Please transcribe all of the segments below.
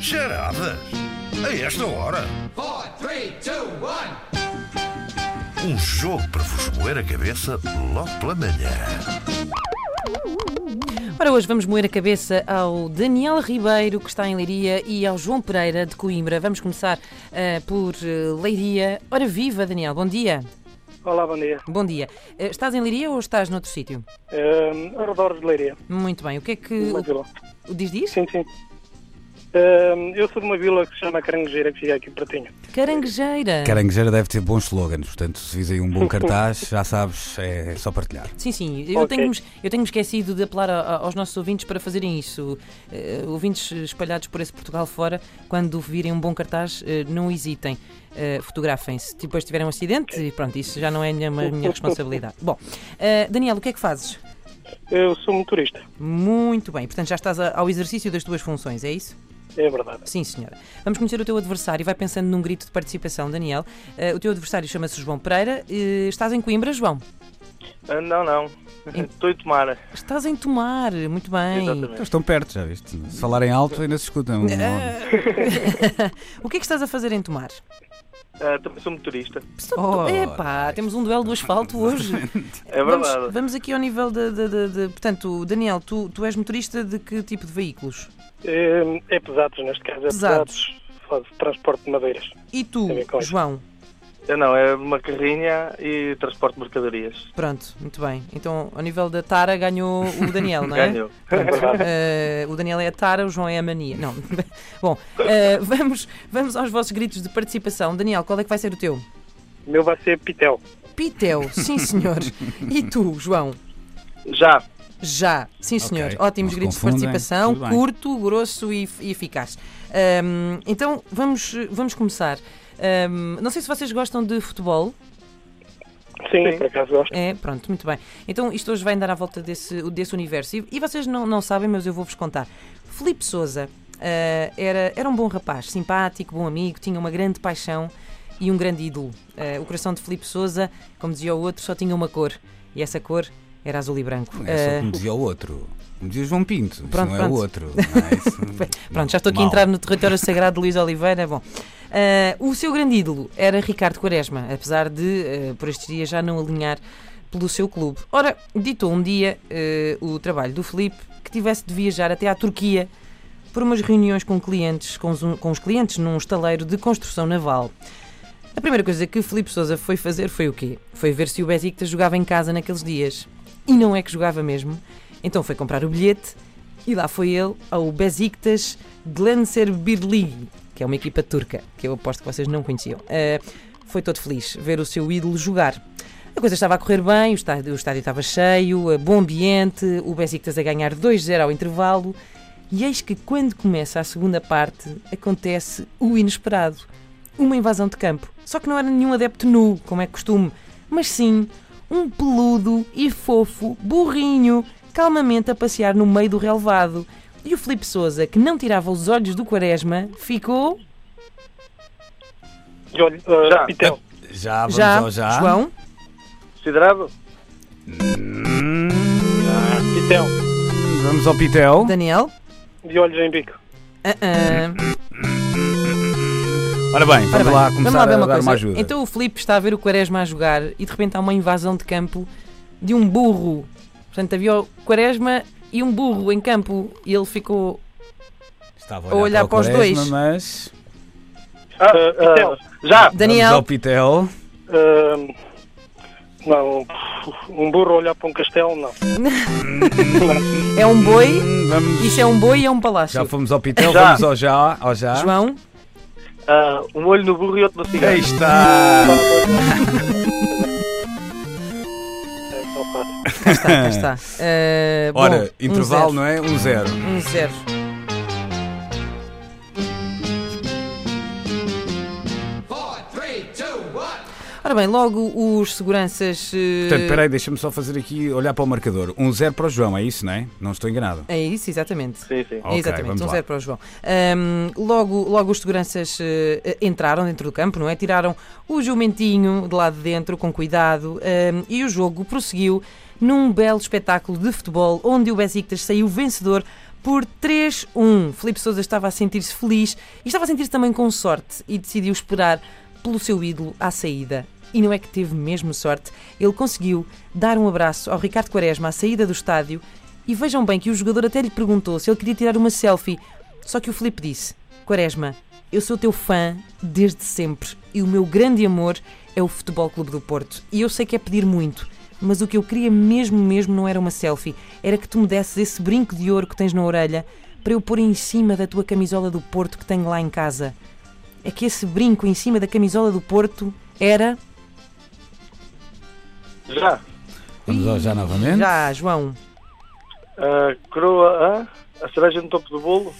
Charadas? A esta hora? four, three, two, one. Um jogo para vos moer a cabeça logo pela manhã. Ora, hoje vamos moer a cabeça ao Daniel Ribeiro, que está em Leiria, e ao João Pereira, de Coimbra. Vamos começar eh, por eh, Leiria. Ora, viva, Daniel, bom dia. Olá, bom dia. Bom dia. Eh, estás em Leiria ou estás noutro sítio? Ehm, arredores de Leiria, Muito bem. O que é que. uma vila. o- Diz, diz? Sim, sim. Ehm, eu sou de uma vila que se chama Carangueira, que fica aqui pertinho. Caranguejeira. Caranguejeira deve ter bons slogans, portanto, se vis aí um bom cartaz, já sabes, é só partilhar. Sim, sim. Eu Ok. tenho-me eu tenho esquecido de apelar a- a- aos nossos ouvintes para fazerem isso. Eh, ouvintes espalhados por esse Portugal fora, quando virem um bom cartaz, eh, não hesitem. eh, Fotografem-se. Depois tiverem um acidente, e pronto, isso já não é a minha, a minha responsabilidade. Bom, eh, Daniel, o que é que fazes? Eu sou motorista, Muito bem, portanto já estás a- ao exercício das tuas funções, é isso? é verdade. Sim, senhora. Vamos conhecer o teu adversário. Vai pensando num grito de participação, Daniel. Eh, o teu adversário chama-se João Pereira. Eh, estás em Coimbra, João? Ah, não, não. Estou em Tomar. Estás em Tomar. Muito bem. Eles estão perto, já viste? Se falarem alto, ainda se um, escutam. O que é que estás a fazer em Tomar? Ah, também sou motorista. Ora. Epá, temos um duelo do asfalto hoje. É Vamos, vamos aqui ao nível de. de- de- de- Portanto, Daniel, tu, tu és motorista de que tipo de veículos? é pesados, neste caso. É Pesados. Faz transporte de madeiras. E tu, É bem claro. João? Não, é uma carrinha e transporte de mercadorias. Pronto, muito bem. Então, ao nível da Tara, ganhou o Daniel, não é? Pronto, eh, o Daniel é a Tara, o João é a mania. Não. Bom, eh, vamos, vamos aos vossos gritos de participação. Daniel, qual é que vai ser o teu? O meu vai ser Pitel. Pitel, sim senhor. E tu, João? Já. Já, sim senhor. Ok. Ótimos Não se gritos de confundem. participação, Tudo bem. curto, grosso e, e eficaz. Ahm, então vamos, vamos começar. Ahm, não sei se vocês gostam de futebol. Sim, por acaso gosto. É, pronto, muito bem. Então isto hoje vai andar à volta desse, desse universo. E, e vocês não, não sabem, mas eu vou-vos contar. Filipe Souza era, era um bom rapaz, simpático, bom amigo, tinha uma grande paixão e um grande ídolo. Eh, o coração de Filipe Souza, como dizia o outro, só tinha uma cor. E essa cor era azul e branco. É só Eh, como dizia o outro. Como dizia o João Pinto, isso Pronto, não é o pronto. outro. não é? Isso- Pronto, já estou aqui a Mal. entrar no território sagrado de Luís Oliveira. Bom, ah, o seu grande ídolo era Ricardo Quaresma, apesar de, ah, por estes dias, já não alinhar pelo seu clube. Ora, ditou um dia ah, o trabalho do Felipe que tivesse de viajar até à Turquia por umas reuniões com clientes, com os, um, com os clientes num estaleiro de construção naval. A primeira coisa que Filipe Souza foi fazer foi o quê? Foi ver se o Besiktas jogava em casa naqueles dias. E não é que jogava mesmo. Então foi comprar o bilhete e lá foi ele ao Besiktas Glenserbirlig, que é uma equipa turca, que eu aposto que vocês não conheciam. Eh, foi todo feliz ver o seu ídolo jogar. A coisa estava a correr bem, o estádio, o estádio estava cheio, eh, bom ambiente, o Besiktas a ganhar 2-0 ao intervalo. E eis que quando começa a segunda parte, acontece o inesperado. Uma invasão de campo. Só que não era nenhum adepto nu, como é costume, mas sim um peludo e fofo burrinho calmamente a passear no meio do relevado. E o Filipe Souza, que não tirava os olhos do Quaresma, ficou E olha, ah, Já. Pitel. Já, Ah, vamos já, ao já. João, Considerado? Ah, Pitel. Vamos ao Pitel. Daniel. De olhos em bico. Ah, ah. Ora bem, vamos Ora bem, lá vamos começar lá ver a uma dar coisa. uma ajuda. Então o Filipe está a ver o Quaresma a jogar e de repente há uma invasão de campo de um burro. Portanto, havia o Quaresma e um burro em campo e ele ficou. Estava a olhar para o os Quaresma, dois. Mas... Ah, Pitel. Já! Vamos ao Daniel, Pitel. Ahm, não, um burro olhar para um castelo, não. é um boi, Hum, Vamos... isso é um boi e é um palácio. Já fomos ao Pitel, Já. vamos ao já. Ao já. João, Ah, um olho no burro e outro no Aí cigarro. está! É só fácil. cá está, cá está. Ah, bom, Ora, um zero, intervalo, não é? Um zero. Um zero. Four, three, two, one. Ora bem, logo os seguranças. eh, Portanto, peraí, deixa-me só fazer aqui, olhar para o marcador. Um zero para o João, é isso, não é? Não estou enganado. É isso, exatamente. Sim, sim. Ok, Exatamente, vamos um lá. zero para o João. Ahm, logo, logo os seguranças eh, eh, entraram dentro do campo, não é? Tiraram o jumentinho de lá de dentro com cuidado ahm, e o jogo prosseguiu num belo espetáculo de futebol onde o Besiktas saiu vencedor por 3-1. Filipe Souza estava a sentir-se feliz e estava a sentir-se também com sorte e decidiu esperar pelo seu ídolo à saída. E não é que teve mesmo sorte, ele conseguiu dar um abraço ao Ricardo Quaresma à saída do estádio e vejam bem que o jogador até lhe perguntou se ele queria tirar uma selfie, só que o Filipe disse: Quaresma, eu sou teu fã desde sempre e o meu grande amor é o Futebol Clube do Porto. E eu sei que é pedir muito, mas o que eu queria mesmo, mesmo não era uma selfie, era que tu me desses esse brinco de ouro que tens na orelha para eu pôr em cima da tua camisola do Porto que tenho lá em casa. É que esse brinco em cima da camisola do Porto era. Já. Vamos ao já novamente. Já, João. A coroa, a, a cereja no topo do bolo.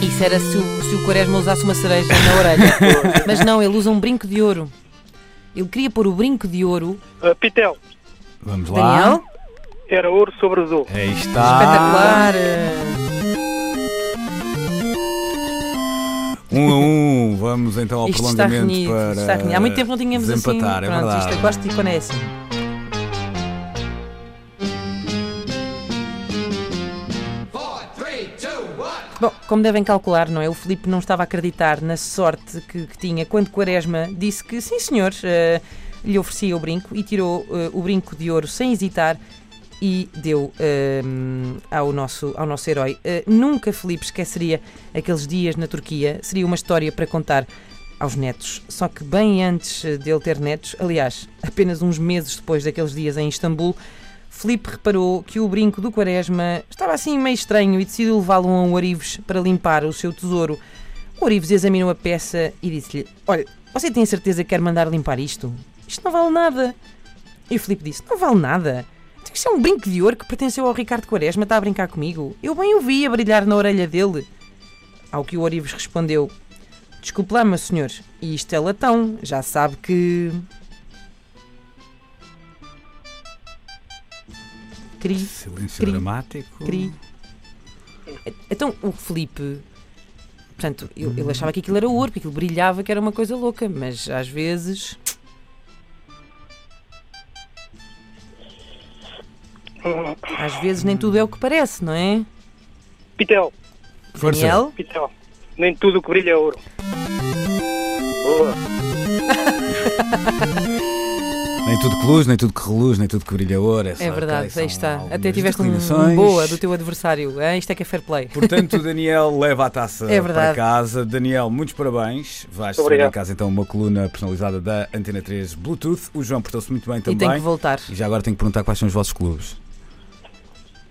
Isso era se o, se o Quaresma usasse uma cereja na orelha. Mas não, ele usa um brinco de ouro. Ele queria pôr o brinco de ouro. Ah, Pitel, Vamos lá. Ah. Daniel? era ouro sobre azul. Aí está. Espetacular! Um a um. Vamos então ao isto está prolongamento renhido. para. isto está renhido. Há muito tempo não tínhamos desempatar, assim. é Pronto, isto verdade. eu gosto de quando é assim. Four, three, two, one. Bom, como devem calcular, não é? O Filipe não estava a acreditar na sorte que, que tinha quando Quaresma disse que, sim senhor, eh, lhe oferecia o brinco e tirou eh, o brinco de ouro sem hesitar e deu eh, ao, nosso, ao nosso herói. Eh, nunca Filipe esqueceria aqueles dias na Turquia. Seria uma história para contar aos netos. Só que bem antes eh, dele ter netos, aliás, apenas uns meses depois daqueles dias em Istambul, Filipe reparou que o brinco do Quaresma estava assim meio estranho e decidiu levá-lo a um Orives para limpar o seu tesouro. O Orives examinou a peça e disse-lhe: Olha, você tem certeza que quer mandar limpar isto? Isto não vale nada. E o Filipe disse: Não vale nada. Então Isto é um brinco de ouro que pertenceu ao Ricardo Quaresma, está a brincar comigo? Eu bem o vi a brilhar na orelha dele. Ao que o Orives respondeu: Desculpe lá, meu senhor, e isto é latão, já sabe que. Cri, Silêncio Cri. dramático. cri. Então o Felipe. Portanto, eu- ele achava que aquilo era ouro, que aquilo brilhava, que era uma coisa louca, mas às vezes. Às vezes nem tudo é o que parece, não é? Pitel, Força. Daniel? Pitel. Nem tudo que brilha é ouro. Boa. Nem tudo que luz, nem tudo que reluz, nem tudo que brilha ouro. É verdade, aí está. Até tiveste tiveste um, um boa do teu adversário. hein? Isto é que é fair play. Portanto, o Daniel leva a taça É verdade. para casa. Daniel, muitos parabéns. Muito Vais receber em obrigado. casa então uma coluna personalizada da Antena 3 Bluetooth. O João portou-se muito bem E também. tenho que voltar. E já agora tenho que perguntar quais são os vossos clubes.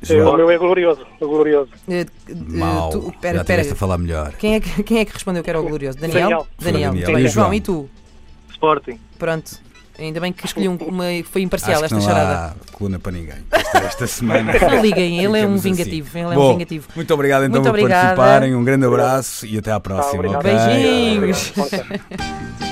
O meu é glorioso, é glorioso. Eh, eh, Mau. tu- Pera, já tiveste pera. a falar melhor. Quem é, que, quem é que respondeu que era o glorioso? Daniel? Foi Daniel. Daniel. Bem, E João, João? e tu? Sporting. Pronto. Ainda bem que escolhi um, uma. Foi imparcial Acho esta que não charada. há coluna para ninguém. Esta, esta semana. Não liguem, ele é um Ficamos assim. vingativo. Ele é Bom, um vingativo. Muito obrigado então Muito por obrigada. Ah, Tá, participarem. Um grande abraço e até à próxima. obrigado. ok? Beijinhos. Obrigado.